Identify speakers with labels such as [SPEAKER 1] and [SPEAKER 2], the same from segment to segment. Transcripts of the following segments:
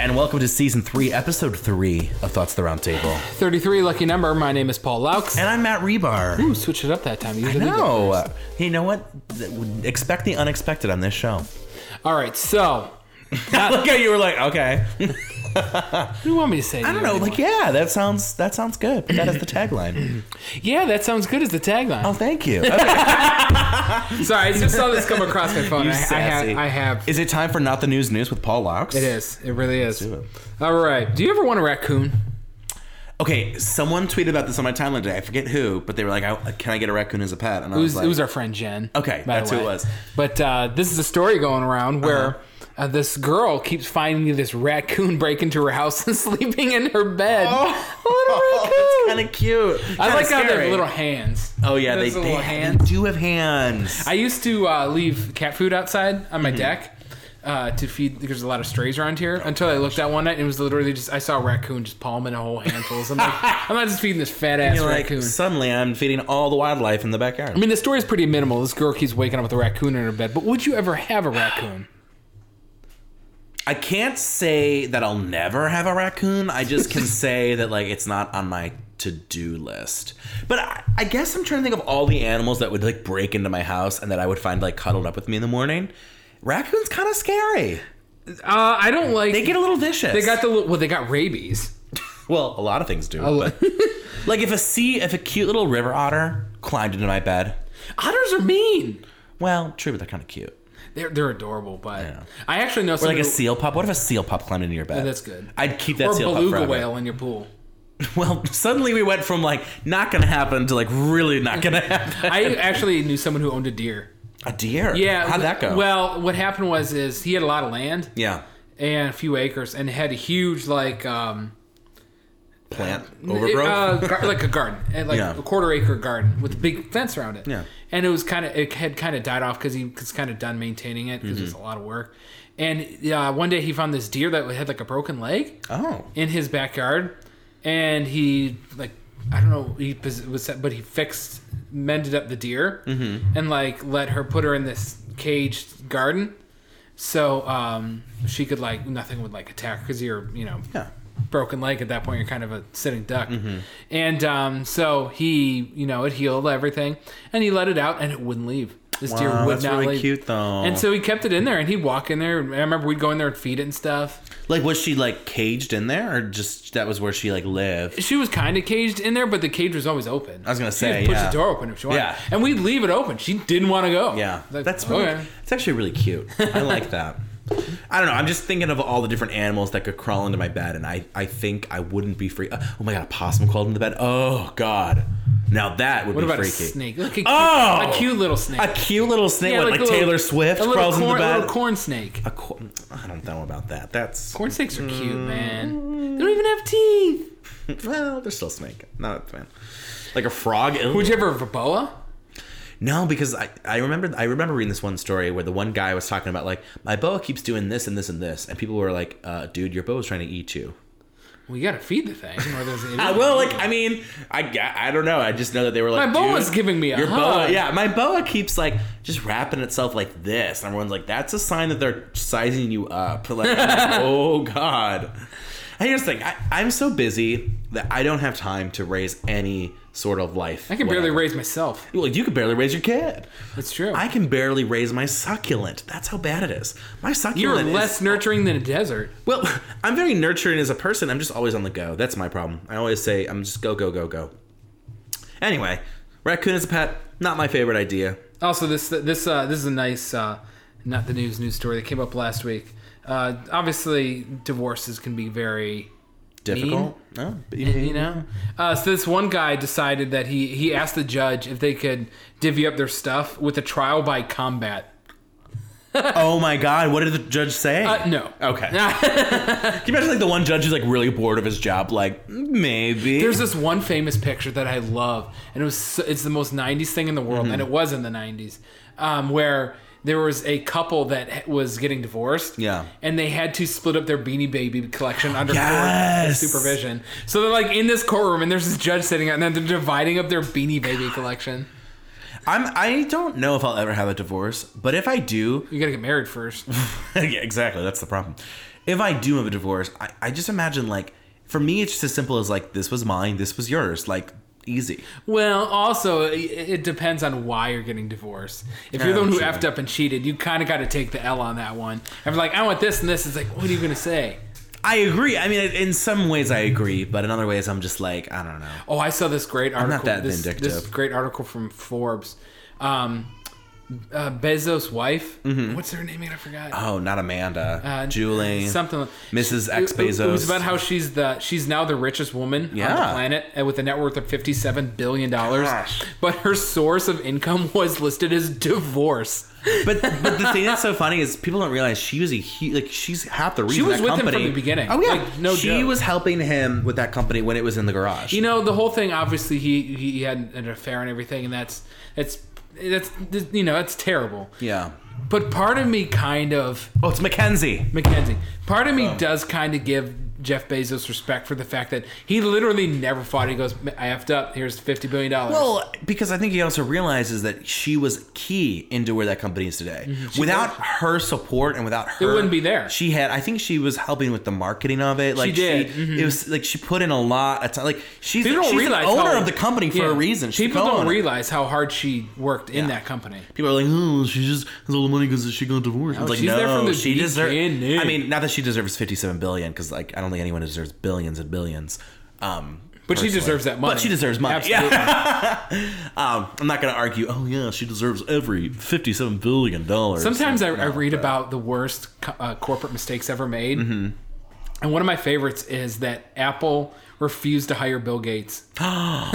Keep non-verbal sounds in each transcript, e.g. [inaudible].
[SPEAKER 1] and welcome to season three, episode three of Thoughts of the Roundtable.
[SPEAKER 2] 33, lucky number. My name is Paul Laux.
[SPEAKER 1] And I'm Matt Rebar.
[SPEAKER 2] Ooh, switch it up that time. Usually
[SPEAKER 1] No, you know what? Th- Expect the unexpected on this
[SPEAKER 2] [laughs]
[SPEAKER 1] show.
[SPEAKER 2] All right, so
[SPEAKER 1] Look how you were like, okay.
[SPEAKER 2] what do you want me to say?
[SPEAKER 1] I don't know. Like, yeah, that sounds that sounds good. But that is the
[SPEAKER 2] [laughs]
[SPEAKER 1] tagline.
[SPEAKER 2] yeah, that sounds good as the tagline.
[SPEAKER 1] Oh, thank you. Okay,
[SPEAKER 2] Sorry, I just saw this come across my phone.
[SPEAKER 1] you
[SPEAKER 2] I, I have.
[SPEAKER 1] sassy.
[SPEAKER 2] I have.
[SPEAKER 1] Is it time for not the news news with Paul Laux?
[SPEAKER 2] It is. It really is.
[SPEAKER 1] do it.
[SPEAKER 2] All right. Do you ever want a raccoon?
[SPEAKER 1] Okay, someone tweeted about this on my timeline today. I forget who, but they were like, I, "Can I get a raccoon as a pet?" And I
[SPEAKER 2] It
[SPEAKER 1] was,
[SPEAKER 2] was,
[SPEAKER 1] like,
[SPEAKER 2] it was our friend Jen.
[SPEAKER 1] Okay,
[SPEAKER 2] by the
[SPEAKER 1] that's who it
[SPEAKER 2] way.
[SPEAKER 1] was. Uh-huh.
[SPEAKER 2] But uh, this is a story going around where uh this girl keeps finding this raccoon break into her house [laughs] and sleeping in her bed.
[SPEAKER 1] "Oh, [laughs] that's kind of cute."
[SPEAKER 2] I
[SPEAKER 1] Kinda
[SPEAKER 2] like how
[SPEAKER 1] scary.
[SPEAKER 2] they're little hands.
[SPEAKER 1] Oh yeah, they,
[SPEAKER 2] Those
[SPEAKER 1] they,
[SPEAKER 2] little
[SPEAKER 1] they
[SPEAKER 2] hands.
[SPEAKER 1] do have hands.
[SPEAKER 2] I used to uh, leave cat food outside on my
[SPEAKER 1] Mm-hmm.
[SPEAKER 2] deck uh, to feed. There's a lot of strays around here.
[SPEAKER 1] Oh,
[SPEAKER 2] until I looked out one night and it was literally just I saw a raccoon just palming a whole handful. So
[SPEAKER 1] [laughs]
[SPEAKER 2] I'm like, I'm not just feeding this fat ass
[SPEAKER 1] You're like,
[SPEAKER 2] raccoon.
[SPEAKER 1] suddenly I'm feeding all the wildlife in the backyard.
[SPEAKER 2] I mean, the story's pretty minimal. This girl keeps waking up with a raccoon in her bed. But would you ever have
[SPEAKER 1] [gasps]
[SPEAKER 2] a raccoon?
[SPEAKER 1] I can't say that I'll never have a raccoon. I just
[SPEAKER 2] [laughs]
[SPEAKER 1] can say that like it's not on my to-do list. But I, I guess I'm trying to think of all the animals that would like break into my house and that I would find like cuddled up with me in the morning. Raccoons kind of scary.
[SPEAKER 2] Uh, I don't like.
[SPEAKER 1] They get a little vicious.
[SPEAKER 2] They got the li- well. They got rabies.
[SPEAKER 1] well, a lot of things do.
[SPEAKER 2] li-
[SPEAKER 1] But, like if a sea, if a cute little river otter climbed into my bed,
[SPEAKER 2] [laughs] Otters are mean.
[SPEAKER 1] well, true, but they're kind of cute.
[SPEAKER 2] They're they're adorable, but I actually know
[SPEAKER 1] Or
[SPEAKER 2] somebody.
[SPEAKER 1] like a seal pup. What if a seal pup climbed into your bed?
[SPEAKER 2] that's good.
[SPEAKER 1] I'd keep that
[SPEAKER 2] or
[SPEAKER 1] seal pup
[SPEAKER 2] beluga
[SPEAKER 1] forever.
[SPEAKER 2] whale in
[SPEAKER 1] [laughs]
[SPEAKER 2] your pool.
[SPEAKER 1] Well, suddenly we went from like not gonna happen to like really not [laughs] gonna happen.
[SPEAKER 2] I actually knew someone who owned a deer.
[SPEAKER 1] A deer.
[SPEAKER 2] Yeah.
[SPEAKER 1] How'd that go?
[SPEAKER 2] Well, what happened was is he had a lot of land
[SPEAKER 1] yeah.
[SPEAKER 2] and a few acres and had a huge like um
[SPEAKER 1] Plant
[SPEAKER 2] it-
[SPEAKER 1] overgrowth.
[SPEAKER 2] uh, gar- like a garden, and like
[SPEAKER 1] Yeah.
[SPEAKER 2] a quarter acre garden with a big fence around it.
[SPEAKER 1] Yeah.
[SPEAKER 2] And it was kind of it had kind of died off because he was kind of done maintaining it because
[SPEAKER 1] Mm-hmm.
[SPEAKER 2] it's a lot of work. And uh, one day he found this deer that had like a broken leg
[SPEAKER 1] oh.
[SPEAKER 2] in his backyard, and he like I don't know he pos- was but he fixed mended up the deer
[SPEAKER 1] Mm-hmm.
[SPEAKER 2] and like let her put her in this caged garden, so um she could like nothing would like attack because you're you know
[SPEAKER 1] Yeah. Mm-hmm.
[SPEAKER 2] broken leg at that point you're kind of a sitting duck and um so he you know it healed everything and he let it out and it wouldn't leave this deer
[SPEAKER 1] Wow,
[SPEAKER 2] would
[SPEAKER 1] that's
[SPEAKER 2] not
[SPEAKER 1] really
[SPEAKER 2] leave
[SPEAKER 1] cute though.
[SPEAKER 2] and so he kept it in there and he'd walk in there and i remember we'd go in there and feed it and stuff
[SPEAKER 1] like, was she like caged in there, or just that was where she like lived?
[SPEAKER 2] she was kind of caged in there, but the cage was always open.
[SPEAKER 1] I was gonna
[SPEAKER 2] she
[SPEAKER 1] say,
[SPEAKER 2] could push
[SPEAKER 1] yeah.
[SPEAKER 2] the door open if she wanted,
[SPEAKER 1] Yeah.
[SPEAKER 2] and we'd leave it open. She didn't want to go. [laughs]
[SPEAKER 1] Yeah.
[SPEAKER 2] Like,
[SPEAKER 1] That's really,
[SPEAKER 2] okay.
[SPEAKER 1] It's actually really cute. I like that. I don't know. I'm just thinking of all the different animals that could crawl into my bed, and I, I think I wouldn't be free. oh my god, a possum crawled into the bed. Oh god. Now that would
[SPEAKER 2] What
[SPEAKER 1] be
[SPEAKER 2] about
[SPEAKER 1] freaky.
[SPEAKER 2] a snake? Like a cute,
[SPEAKER 1] Oh!
[SPEAKER 2] a cute little snake.
[SPEAKER 1] A cute little snake,
[SPEAKER 2] Yeah,
[SPEAKER 1] what, like,
[SPEAKER 2] a little-
[SPEAKER 1] Taylor Swift
[SPEAKER 2] a little
[SPEAKER 1] crawls
[SPEAKER 2] corn,
[SPEAKER 1] into
[SPEAKER 2] A
[SPEAKER 1] bed.
[SPEAKER 2] little corn snake.
[SPEAKER 1] A cor- I don't know about that. That's
[SPEAKER 2] Corn snakes are cute,
[SPEAKER 1] Mm.
[SPEAKER 2] man. They don't even have teeth.
[SPEAKER 1] well, they're still snake. Not a fan. Like a frog. Ew.
[SPEAKER 2] Would you ever have a boa?
[SPEAKER 1] no, because I, I remember I remember reading this one story where the one guy was talking about like my boa keeps doing this and this and this, and people were like, uh, "Dude, your boa's trying to eat you."
[SPEAKER 2] Well, you gotta feed the thing. Or there's
[SPEAKER 1] [laughs] I will like I mean I, g- I don't know I just know that they were like
[SPEAKER 2] My boa's
[SPEAKER 1] "Dude,
[SPEAKER 2] giving me a
[SPEAKER 1] your boa
[SPEAKER 2] hug."
[SPEAKER 1] Oh, yeah my boa keeps like just wrapping itself like this and everyone's like that's a sign that they're sizing you up [laughs] like oh god and here's the thing I, I'm so busy that I don't have time to raise any sort of life
[SPEAKER 2] I can barely raise myself.
[SPEAKER 1] well you can barely raise your kid
[SPEAKER 2] That's true.
[SPEAKER 1] I can barely raise my succulent that's how bad it is my
[SPEAKER 2] You're
[SPEAKER 1] succulent is-
[SPEAKER 2] less nurturing than a desert.
[SPEAKER 1] well, [laughs] I'm very nurturing as a person. I'm just always on the go. That's my problem. I always say I'm just go go go go. Anyway, raccoon as a pet, not my favorite idea.
[SPEAKER 2] Also, this this uh, this is a nice uh, not the news news story that came up last week. Uh, obviously, divorces can be very
[SPEAKER 1] Difficult. No, but you,
[SPEAKER 2] you know. Uh, so this one guy decided that he he asked the judge if they could divvy up their stuff with a trial by combat.
[SPEAKER 1] oh my god, what did the judge say?
[SPEAKER 2] Uh, no. [laughs]
[SPEAKER 1] Okay. Can you imagine like the one judge who's like really bored of his job? Like maybe.
[SPEAKER 2] There's this one famous picture that I love, and it was so, it's the most '90s thing in the world,
[SPEAKER 1] Mm-hmm.
[SPEAKER 2] and it was in the '90s, um, where there was a couple that h- was getting divorced,
[SPEAKER 1] Yeah. Oh,
[SPEAKER 2] and they had to split up their Beanie Baby collection under court
[SPEAKER 1] Yes.
[SPEAKER 2] supervision. So they're like in this courtroom, and there's this judge sitting out, and then they're dividing up their Beanie Baby collection.
[SPEAKER 1] I'm. I don't know if I'll ever have a divorce, but if I do, [laughs]
[SPEAKER 2] You gotta get married first.
[SPEAKER 1] yeah, exactly. That's the problem. if I do have a divorce, I, I just imagine like for me it's just as simple as like this was mine, this was yours, like easy.
[SPEAKER 2] Well, also it, it depends on why you're getting divorced. If you're the
[SPEAKER 1] Oh,
[SPEAKER 2] one who
[SPEAKER 1] sure.
[SPEAKER 2] effed up and cheated, you kind of got to take the L on that one. I'm like, I want this and this. It's like, what are you gonna say?
[SPEAKER 1] I agree. I mean, in some ways I agree, but in other ways I'm just like I don't know.
[SPEAKER 2] Oh, I saw this great article.
[SPEAKER 1] not that
[SPEAKER 2] this,
[SPEAKER 1] vindictive.
[SPEAKER 2] This great article from Forbes. Um, uh, Bezos' wife. What's her name? again? I forgot.
[SPEAKER 1] Oh, not Amanda,
[SPEAKER 2] Uh,
[SPEAKER 1] Mm-hmm. Julie,
[SPEAKER 2] Something. like-
[SPEAKER 1] Mrs.
[SPEAKER 2] It-
[SPEAKER 1] X
[SPEAKER 2] it- It was
[SPEAKER 1] Bezos.
[SPEAKER 2] about how she's the she's now the richest woman on the
[SPEAKER 1] Yeah.
[SPEAKER 2] planet, and with a net worth of fifty-seven billion dollars.
[SPEAKER 1] Gosh.
[SPEAKER 2] But her source of income [laughs] was listed as divorce.
[SPEAKER 1] But but the thing that's so funny is people don't realize she was a huge like she's half the reason
[SPEAKER 2] was
[SPEAKER 1] that
[SPEAKER 2] with him from
[SPEAKER 1] company.
[SPEAKER 2] the beginning.
[SPEAKER 1] Oh yeah,
[SPEAKER 2] Like, no
[SPEAKER 1] she
[SPEAKER 2] joke.
[SPEAKER 1] was helping him with that company when it was in the garage.
[SPEAKER 2] You know the whole thing. Obviously, he he had an affair and everything, and that's that's that's you know that's terrible.
[SPEAKER 1] yeah.
[SPEAKER 2] But part of me kind of
[SPEAKER 1] Oh, it's Mackenzie.
[SPEAKER 2] Mackenzie. Part of me does kind of give Jeff Bezos respect for the fact that he literally never fought. He goes, I effed up. Here's fifty billion dollars.
[SPEAKER 1] Well, because I think he also realizes that she was key into where that company is today.
[SPEAKER 2] Mm-hmm.
[SPEAKER 1] Without her support and without her,
[SPEAKER 2] wouldn't be there.
[SPEAKER 1] She had. I think she was helping with the marketing of it. Like she
[SPEAKER 2] did. Mm-hmm.
[SPEAKER 1] It was like she put in a lot. Of time. Like she's,
[SPEAKER 2] people don't
[SPEAKER 1] she's the
[SPEAKER 2] realize
[SPEAKER 1] owner
[SPEAKER 2] how-
[SPEAKER 1] of the company for
[SPEAKER 2] Yeah.
[SPEAKER 1] a reason. She's
[SPEAKER 2] people
[SPEAKER 1] the
[SPEAKER 2] don't
[SPEAKER 1] owner.
[SPEAKER 2] realize how hard she worked in that company.
[SPEAKER 1] People are like, oh, she just has all the money because she got divorced. No, it's like,
[SPEAKER 2] she's
[SPEAKER 1] no,
[SPEAKER 2] there from the
[SPEAKER 1] she deserves.
[SPEAKER 2] beginning.
[SPEAKER 1] I mean, not that she deserves fifty-seven billion, because like I don't think anyone deserves billions and billions. Um,
[SPEAKER 2] But she
[SPEAKER 1] personally.
[SPEAKER 2] deserves that money.
[SPEAKER 1] But she deserves money.
[SPEAKER 2] Absolutely.
[SPEAKER 1] [laughs] Um, I'm not gonna argue. Oh yeah, she deserves every fifty-seven billion dollars.
[SPEAKER 2] Sometimes [laughs] I, I read about the worst co- uh, corporate mistakes ever made,
[SPEAKER 1] Mm-hmm.
[SPEAKER 2] and one of my favorites is that Apple refused to hire Bill Gates.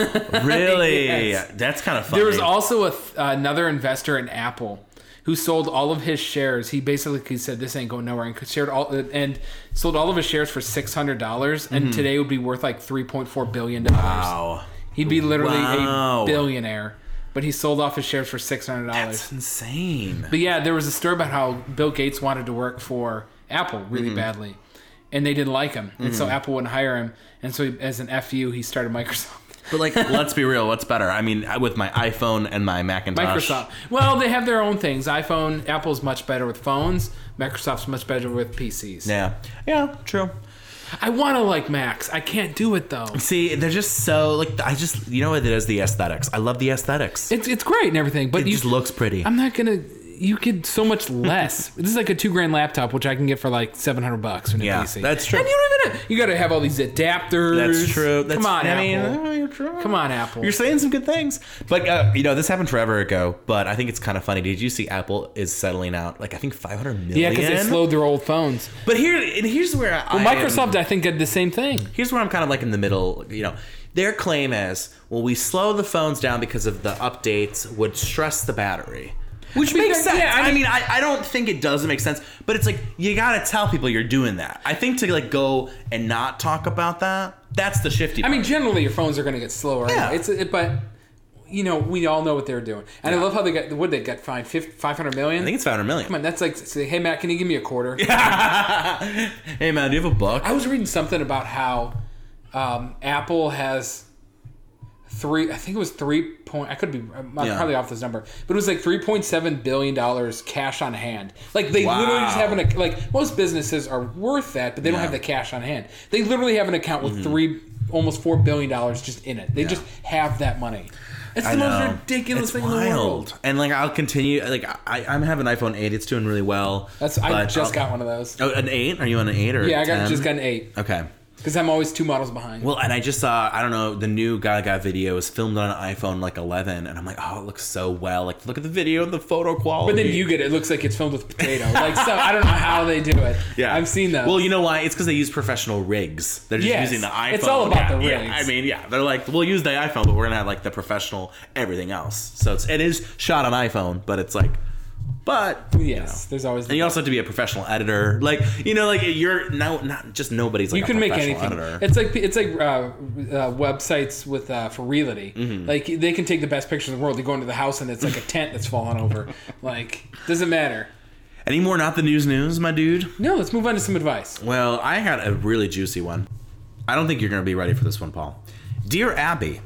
[SPEAKER 1] really,
[SPEAKER 2] Yes.
[SPEAKER 1] that's kind of funny.
[SPEAKER 2] There was also a th- another investor in Apple who sold all of his shares. He basically said this ain't going nowhere and shared all and sold all of his shares for six hundred dollars, and today would be worth like three point four billion dollars.
[SPEAKER 1] Mm-hmm. wow,
[SPEAKER 2] He'd be literally
[SPEAKER 1] Wow.
[SPEAKER 2] a billionaire, but he sold off his shares for six hundred dollars.
[SPEAKER 1] that's insane.
[SPEAKER 2] But yeah, there was a story about how Bill Gates wanted to work for Apple really
[SPEAKER 1] Mm-hmm.
[SPEAKER 2] badly, and they didn't like him, and so Apple wouldn't hire him, and so he, as an fu, he started Microsoft.
[SPEAKER 1] But like, let's be real. What's better? I mean, I- with my iPhone and my Macintosh.
[SPEAKER 2] Microsoft. Well, they have their own things. iPhone, Apple's much better with phones. Microsoft's much better with PCs.
[SPEAKER 1] Yeah, yeah, true.
[SPEAKER 2] I want to like Macs. I can't do it though.
[SPEAKER 1] See, they're just so like I just you know what it is the aesthetics. I love the aesthetics.
[SPEAKER 2] It's it's great and everything, but
[SPEAKER 1] It
[SPEAKER 2] you
[SPEAKER 1] just looks pretty.
[SPEAKER 2] I'm not gonna. You get so much less. [laughs] this is like a two grand laptop, which I can get for like seven hundred bucks from the
[SPEAKER 1] Yeah,
[SPEAKER 2] PC.
[SPEAKER 1] that's true.
[SPEAKER 2] And you don't even. You got to have all these adapters.
[SPEAKER 1] That's true. That's,
[SPEAKER 2] Come on,
[SPEAKER 1] I
[SPEAKER 2] Apple.
[SPEAKER 1] mean, oh, you're true.
[SPEAKER 2] Come on, Apple.
[SPEAKER 1] You're saying some good things, but uh, you know this happened forever ago. But I think it's kind of funny. Did you see Apple is settling out like I think 500 million?
[SPEAKER 2] yeah, because they slowed their old phones.
[SPEAKER 1] But here and here's where I am-
[SPEAKER 2] Microsoft, I think, did the same thing.
[SPEAKER 1] here's where I'm kind of like in the middle. You know, their claim is well we slow the phones down because of the updates would stress the battery. Which makes
[SPEAKER 2] Because-
[SPEAKER 1] sense.
[SPEAKER 2] yeah, I
[SPEAKER 1] I mean, I, I don't think it doesn't make sense, but it's like you gotta tell people you're doing that. I think to like go and not talk about that, that's the shifty.
[SPEAKER 2] I mean, generally, your phones are going to get slower.
[SPEAKER 1] Yeah.
[SPEAKER 2] It's it, but you know we all know what they're doing, and I love how they got what they got fined five hundred million.
[SPEAKER 1] I think it's 500 million.
[SPEAKER 2] Come on, that's like say, hey Matt, can you give me a quarter?
[SPEAKER 1] [laughs] Hey man, do you have a buck?
[SPEAKER 2] I was reading something about how um, Apple has three. I think it was three point. I could be. I'm
[SPEAKER 1] Yeah.
[SPEAKER 2] probably off this number, but it was like three point seven billion dollars cash on hand. Like they literally just have an ac- like most businesses are worth that, but they don't
[SPEAKER 1] Yeah. Mm-hmm.
[SPEAKER 2] have the cash on hand. They literally have an account with three, almost four billion dollars just in it. They just have that money. It's the most ridiculous
[SPEAKER 1] It's
[SPEAKER 2] thing in the
[SPEAKER 1] wild.
[SPEAKER 2] world.
[SPEAKER 1] And like I'll continue. Like I, I'm having an iPhone 8. It's doing really well.
[SPEAKER 2] That's I
[SPEAKER 1] but
[SPEAKER 2] just
[SPEAKER 1] I'll-
[SPEAKER 2] got one of those.
[SPEAKER 1] Oh, an eight? Are you on an eight or
[SPEAKER 2] Yeah, I got
[SPEAKER 1] 10?
[SPEAKER 2] just got an eight
[SPEAKER 1] Okay.
[SPEAKER 2] because I'm always two models behind.
[SPEAKER 1] Well, and I just saw I don't know the new Gaga video is filmed on an iPhone like 11, and I'm like, oh, it looks so well. Like look at the video, the photo quality.
[SPEAKER 2] But then you get it. It looks like it's filmed with potato. Like so, I don't know how they do it.
[SPEAKER 1] [laughs] Yeah,
[SPEAKER 2] I've seen those.
[SPEAKER 1] Well, you know why? It's because they use professional rigs. They're just
[SPEAKER 2] Yes.
[SPEAKER 1] using the iPhone.
[SPEAKER 2] It's all about
[SPEAKER 1] Yeah,
[SPEAKER 2] the
[SPEAKER 1] yeah. I
[SPEAKER 2] rigs.
[SPEAKER 1] mean, yeah, they're like, we'll use the iPhone, but we're gonna have like the professional everything else. So it's it is shot on iPhone, but it's like, but you
[SPEAKER 2] yes,
[SPEAKER 1] know.
[SPEAKER 2] there's always.
[SPEAKER 1] And
[SPEAKER 2] you,
[SPEAKER 1] you also have to be a professional editor, like you know, like you're now not just nobody's like a
[SPEAKER 2] can make
[SPEAKER 1] professional
[SPEAKER 2] anything.
[SPEAKER 1] editor.
[SPEAKER 2] It's like it's like uh, uh, websites with uh, for reality.
[SPEAKER 1] Mm-hmm.
[SPEAKER 2] Like they can take the best pictures in the world. They go into the house and it's like a tent that's
[SPEAKER 1] [laughs]
[SPEAKER 2] fallen over. Like doesn't matter.
[SPEAKER 1] Any more? Not the news, news, my dude.
[SPEAKER 2] No, let's move on to some advice.
[SPEAKER 1] Well, I had a really juicy one. I don't think you're going to be ready for this one, Paul. Dear Abby,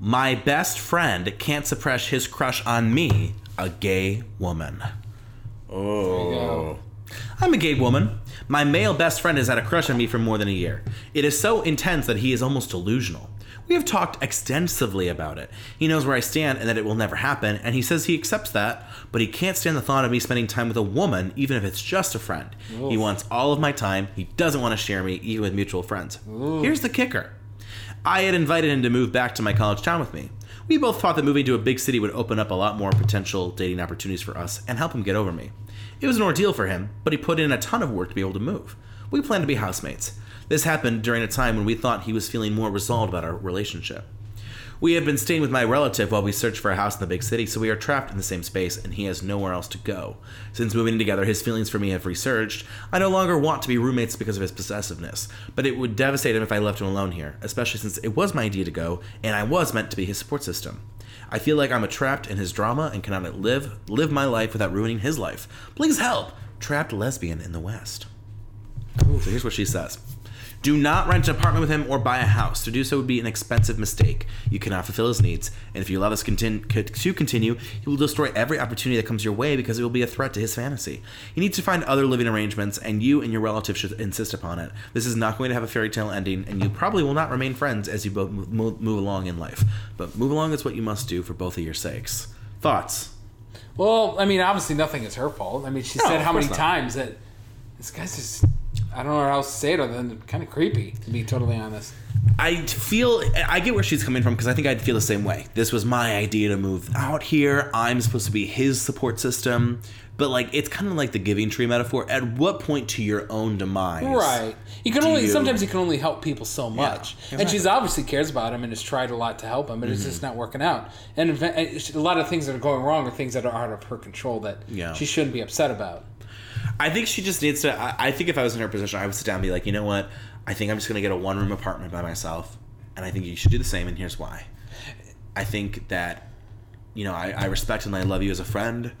[SPEAKER 1] my best friend can't suppress his crush on me, a gay woman. Oh.
[SPEAKER 2] go.
[SPEAKER 1] I'm a gay woman. My male best friend has had a crush on me for more than a year. It is so intense that he is almost delusional. We have talked extensively about it. He knows where I stand and that it will never happen, and he says he accepts that, but he can't stand the thought of me spending time with a woman, even if it's just a friend. He wants all of my time. He doesn't want to share me, even with mutual friends. Here's the kicker I had invited him to move back to my college town with me. We both thought that moving to a big city would open up a lot more potential dating opportunities for us and help him get over me. It was an ordeal for him, but he put in a ton of work to be able to move. We planned to be housemates. This happened during a time when we thought he was feeling more resolved about our relationship. We have been staying with my relative while we search for a house in the big city, so we are trapped in the same space and he has nowhere else to go. Since moving in together, his feelings for me have resurged. I no longer want to be roommates because of his possessiveness, but it would devastate him if I left him alone here, especially since it was my idea to go and I was meant to be his support system. I feel like I'm trapped in his drama and cannot live live my life without ruining his life. Please help. Trapped lesbian in the West. So here's what she says. Do not rent an apartment with him or buy a house. To do so would be an expensive mistake. You cannot fulfill his needs, and if you allow this contin- co- to continue, he will destroy every opportunity that comes your way because it will be a threat to his fantasy. You need to find other living arrangements, and you and your relatives should insist upon it. This is not going to have a fairy tale ending, and you probably will not remain friends as you both mo- mo- move along in life. But move along is what you must do for both of your sakes. Thoughts?
[SPEAKER 2] Well, I mean, obviously nothing is her fault. I mean, she
[SPEAKER 1] No,
[SPEAKER 2] said
[SPEAKER 1] of
[SPEAKER 2] how many
[SPEAKER 1] course not.
[SPEAKER 2] times that this guy's just. I don't know how else to say it other than kind of creepy, to be totally honest.
[SPEAKER 1] I feel I get where she's coming from because I think I'd feel the same way. This was my idea to move out here. I'm supposed to be his support system, but like it's kind of like the giving tree metaphor. At what point to your own demise?
[SPEAKER 2] Right. You can only
[SPEAKER 1] you-
[SPEAKER 2] sometimes you can only help people so much, and
[SPEAKER 1] exactly. Mm-hmm.
[SPEAKER 2] she's obviously cares about him and has tried a lot to help him, but it's just not working out. And inve- and she- a lot of things that are going wrong are things that are out of her control that
[SPEAKER 1] Yeah.
[SPEAKER 2] she shouldn't be upset about.
[SPEAKER 1] I think she just needs to. I, I think if I was in her position, I would sit down and be like, you know what? I think I'm just gonna get a one room apartment by myself, and I think you should do the same. And here's why. I think that, you know, I, I respect and I love you as a friend,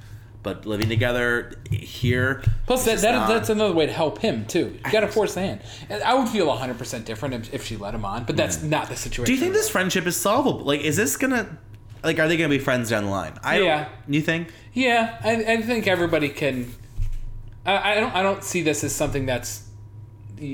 [SPEAKER 1] but living together here.
[SPEAKER 2] Plus, that,
[SPEAKER 1] it's
[SPEAKER 2] that
[SPEAKER 1] not-
[SPEAKER 2] that's another way to help him too. You got to force the hand. And I would feel 100 percent different if, if she let him on, but that's not the situation.
[SPEAKER 1] Do you think this friendship is solvable? Like, is this gonna, like, are they gonna be friends down the line? I
[SPEAKER 2] Yeah.
[SPEAKER 1] Don't, you think?
[SPEAKER 2] Yeah, I, I think everybody can. I, I don't. I don't see this as something that's uh,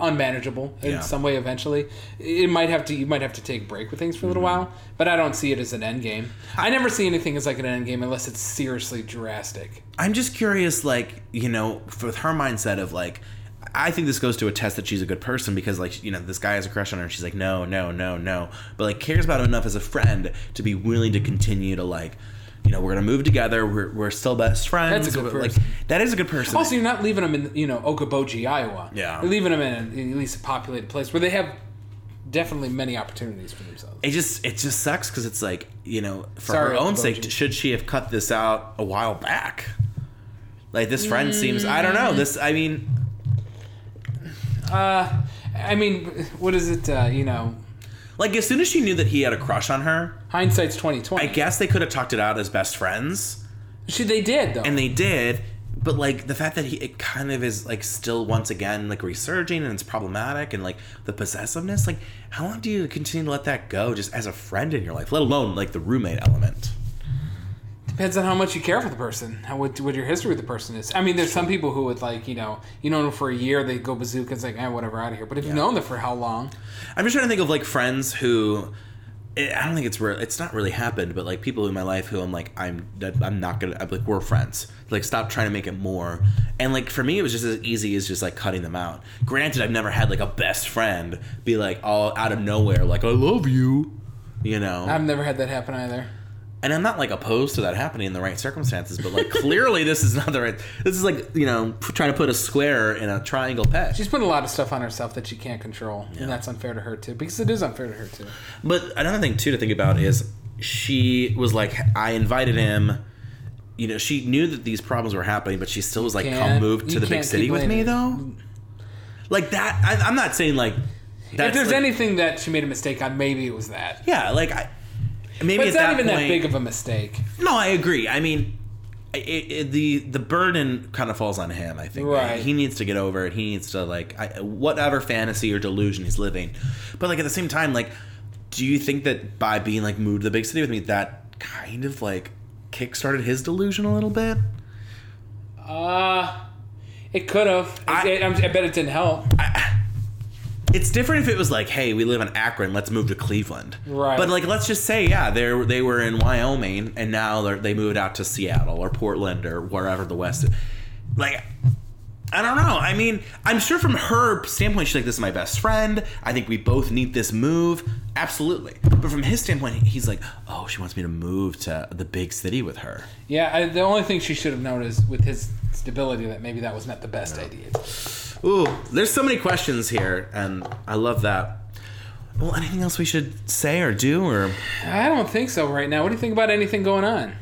[SPEAKER 2] unmanageable in
[SPEAKER 1] Yeah.
[SPEAKER 2] some way. Eventually, it might have to. You might have to take a break with things for a little
[SPEAKER 1] Mm-hmm.
[SPEAKER 2] while. But I don't see it as an end game. I never see anything as like an end game unless it's seriously drastic.
[SPEAKER 1] I'm just curious, like, you know, with her mindset of like, I think this goes to a test that she's a good person because, like, you know, this guy has a crush on her. She's like, no, no, no, no, but like cares about him enough as a friend to be willing to continue to like, you know, we're gonna move together. We're, we're still best friends.
[SPEAKER 2] That's a good
[SPEAKER 1] but,
[SPEAKER 2] person.
[SPEAKER 1] Like, that is a good person.
[SPEAKER 2] Also, you're not leaving them in you know Okoboji, Iowa.
[SPEAKER 1] Yeah.
[SPEAKER 2] you're leaving them in, a, in at least a populated place where they have definitely many opportunities for themselves.
[SPEAKER 1] it just it just sucks because it's like you know for her
[SPEAKER 2] Sorry,
[SPEAKER 1] own
[SPEAKER 2] Boji.
[SPEAKER 1] sake should she have cut this out a while back like this friend seems i don't know
[SPEAKER 2] Mm.
[SPEAKER 1] this i mean
[SPEAKER 2] Uh, I mean, what is it? Uh, you know,
[SPEAKER 1] like as soon as she knew that he had a crush on her
[SPEAKER 2] hindsight's twenty twenty.
[SPEAKER 1] i guess they could have talked it out as best friends
[SPEAKER 2] She they did though.
[SPEAKER 1] and they did but like the fact that he it kind of is like still once again like resurging and it's problematic and like the possessiveness like how long do you continue to let that go just as a friend in your life let alone like the roommate element
[SPEAKER 2] Depends on how much you care for the person, how what, what your history with the person is. I mean, there's some people who would like, you know, you know them for a year, they go bazooka, it's like, eh, whatever, out of here. But if you've known them for how long?
[SPEAKER 1] I'm just trying to think of like friends who. I I don't think it's real. It's not really happened, but like people in my life who I'm like I'm that- I'm not gonna I'm like we're friends. Like stop trying to make it more. And like for me, it was just as easy as just like cutting them out. Granted, I've never had like a best friend be like all out of nowhere like I love you, you know.
[SPEAKER 2] I've never had that happen either.
[SPEAKER 1] and I'm not like opposed to that happening in the right circumstances, but like [laughs] clearly this is not the right. This is like you know p- trying to put a square in a triangle patch.
[SPEAKER 2] She's put a lot of stuff on herself that she can't control, and that's unfair to her too, because it is unfair to her too.
[SPEAKER 1] But another thing too to think about is she was like, I invited him. You know, she knew that these problems were happening, but she still was like, "Come
[SPEAKER 2] can't-
[SPEAKER 1] move to
[SPEAKER 2] you
[SPEAKER 1] the big
[SPEAKER 2] can't
[SPEAKER 1] city
[SPEAKER 2] keep
[SPEAKER 1] with me,
[SPEAKER 2] waiting.
[SPEAKER 1] though." Like that. I, I'm not saying like. That's
[SPEAKER 2] If there's
[SPEAKER 1] like-
[SPEAKER 2] anything that she made a mistake on, maybe it was that.
[SPEAKER 1] Yeah, like I. Maybe
[SPEAKER 2] But
[SPEAKER 1] at
[SPEAKER 2] it's not
[SPEAKER 1] that
[SPEAKER 2] even that
[SPEAKER 1] point-
[SPEAKER 2] big of a mistake,
[SPEAKER 1] No, I agree. I mean, i it, the the burden kind of falls on him. I think
[SPEAKER 2] Right.
[SPEAKER 1] he needs to get over it. He needs to like I, whatever fantasy or delusion he's living. But like at the same time, like, do you think that by being like moved to the big city with me, that kind of like kickstarted his delusion a little bit?
[SPEAKER 2] uh, It could have.
[SPEAKER 1] I-
[SPEAKER 2] I, I, I bet it didn't help.
[SPEAKER 1] It's different if it was like, hey, we live in Akron, let's move to Cleveland.
[SPEAKER 2] Right.
[SPEAKER 1] But like, let's just say, yeah, they they were in Wyoming and now they're, they moved out to Seattle or Portland or wherever the West. Is. Like, I don't know. I mean, I'm sure from her standpoint, she's like, this is my best friend. I think we both need this move. Absolutely. But from his standpoint, he's like, oh, she wants me to move to the big city with her.
[SPEAKER 2] Yeah, I, the only thing she should have noticed with his stability that maybe that was not the best idea.
[SPEAKER 1] Ooh, there's so many questions here, and I love that. Well, anything else we should say or do or.
[SPEAKER 2] I don't think so right now. What do you think about anything going on?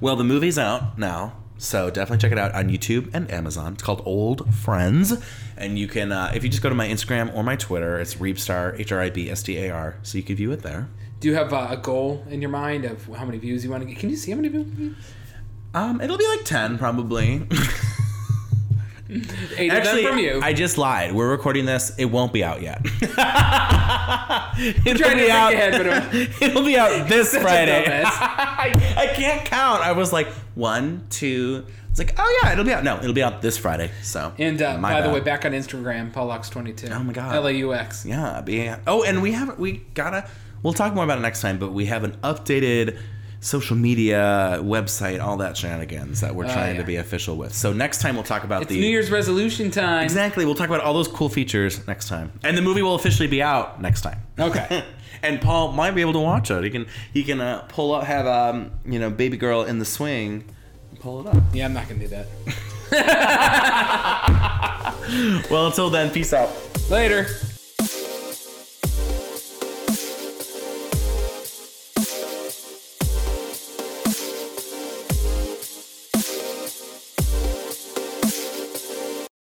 [SPEAKER 1] Well, the movie's out now, so definitely check it out on YouTube and Amazon. It's called Old Friends, and you can uh, if you just go to my Instagram or my Twitter, it's Reebstar H R I B S T A R, so you can view it there.
[SPEAKER 2] Do you have uh, a goal in your mind of how many views you want to get? Can you see how many views?
[SPEAKER 1] Um, it'll be like ten probably. [laughs]
[SPEAKER 2] Eight
[SPEAKER 1] Actually,
[SPEAKER 2] of them from you.
[SPEAKER 1] I just lied. We're recording this. It won't be out yet. [laughs] it'll
[SPEAKER 2] tried to
[SPEAKER 1] be
[SPEAKER 2] think
[SPEAKER 1] out.
[SPEAKER 2] ahead, but
[SPEAKER 1] [laughs]
[SPEAKER 2] it-
[SPEAKER 1] it'll be out [laughs] this Friday.
[SPEAKER 2] dumbass.
[SPEAKER 1] I, I can't count. I was like one, two. It's like oh yeah, it'll be out. No, it'll be out this Friday. So
[SPEAKER 2] and uh,
[SPEAKER 1] my
[SPEAKER 2] by the
[SPEAKER 1] bad.
[SPEAKER 2] way, back on Instagram, Paulux22.
[SPEAKER 1] Oh my God.
[SPEAKER 2] L A U X.
[SPEAKER 1] Yeah, be oh, and we have we gotta. We'll talk more about it next time, but we have an updated social media website, all that shenanigans that we're trying
[SPEAKER 2] yeah.
[SPEAKER 1] to be official with. So next time we'll talk about
[SPEAKER 2] It's
[SPEAKER 1] the
[SPEAKER 2] New Year's resolution time.
[SPEAKER 1] exactly. We'll talk about all those cool features next time, and the movie will officially be out next time.
[SPEAKER 2] Okay.
[SPEAKER 1] [laughs] and Paul might be able to watch it. He can he can uh, pull up have um you know baby girl in the swing, and pull it up.
[SPEAKER 2] Yeah, I'm not going to do that.
[SPEAKER 1] Well, until then, peace out.
[SPEAKER 2] Later.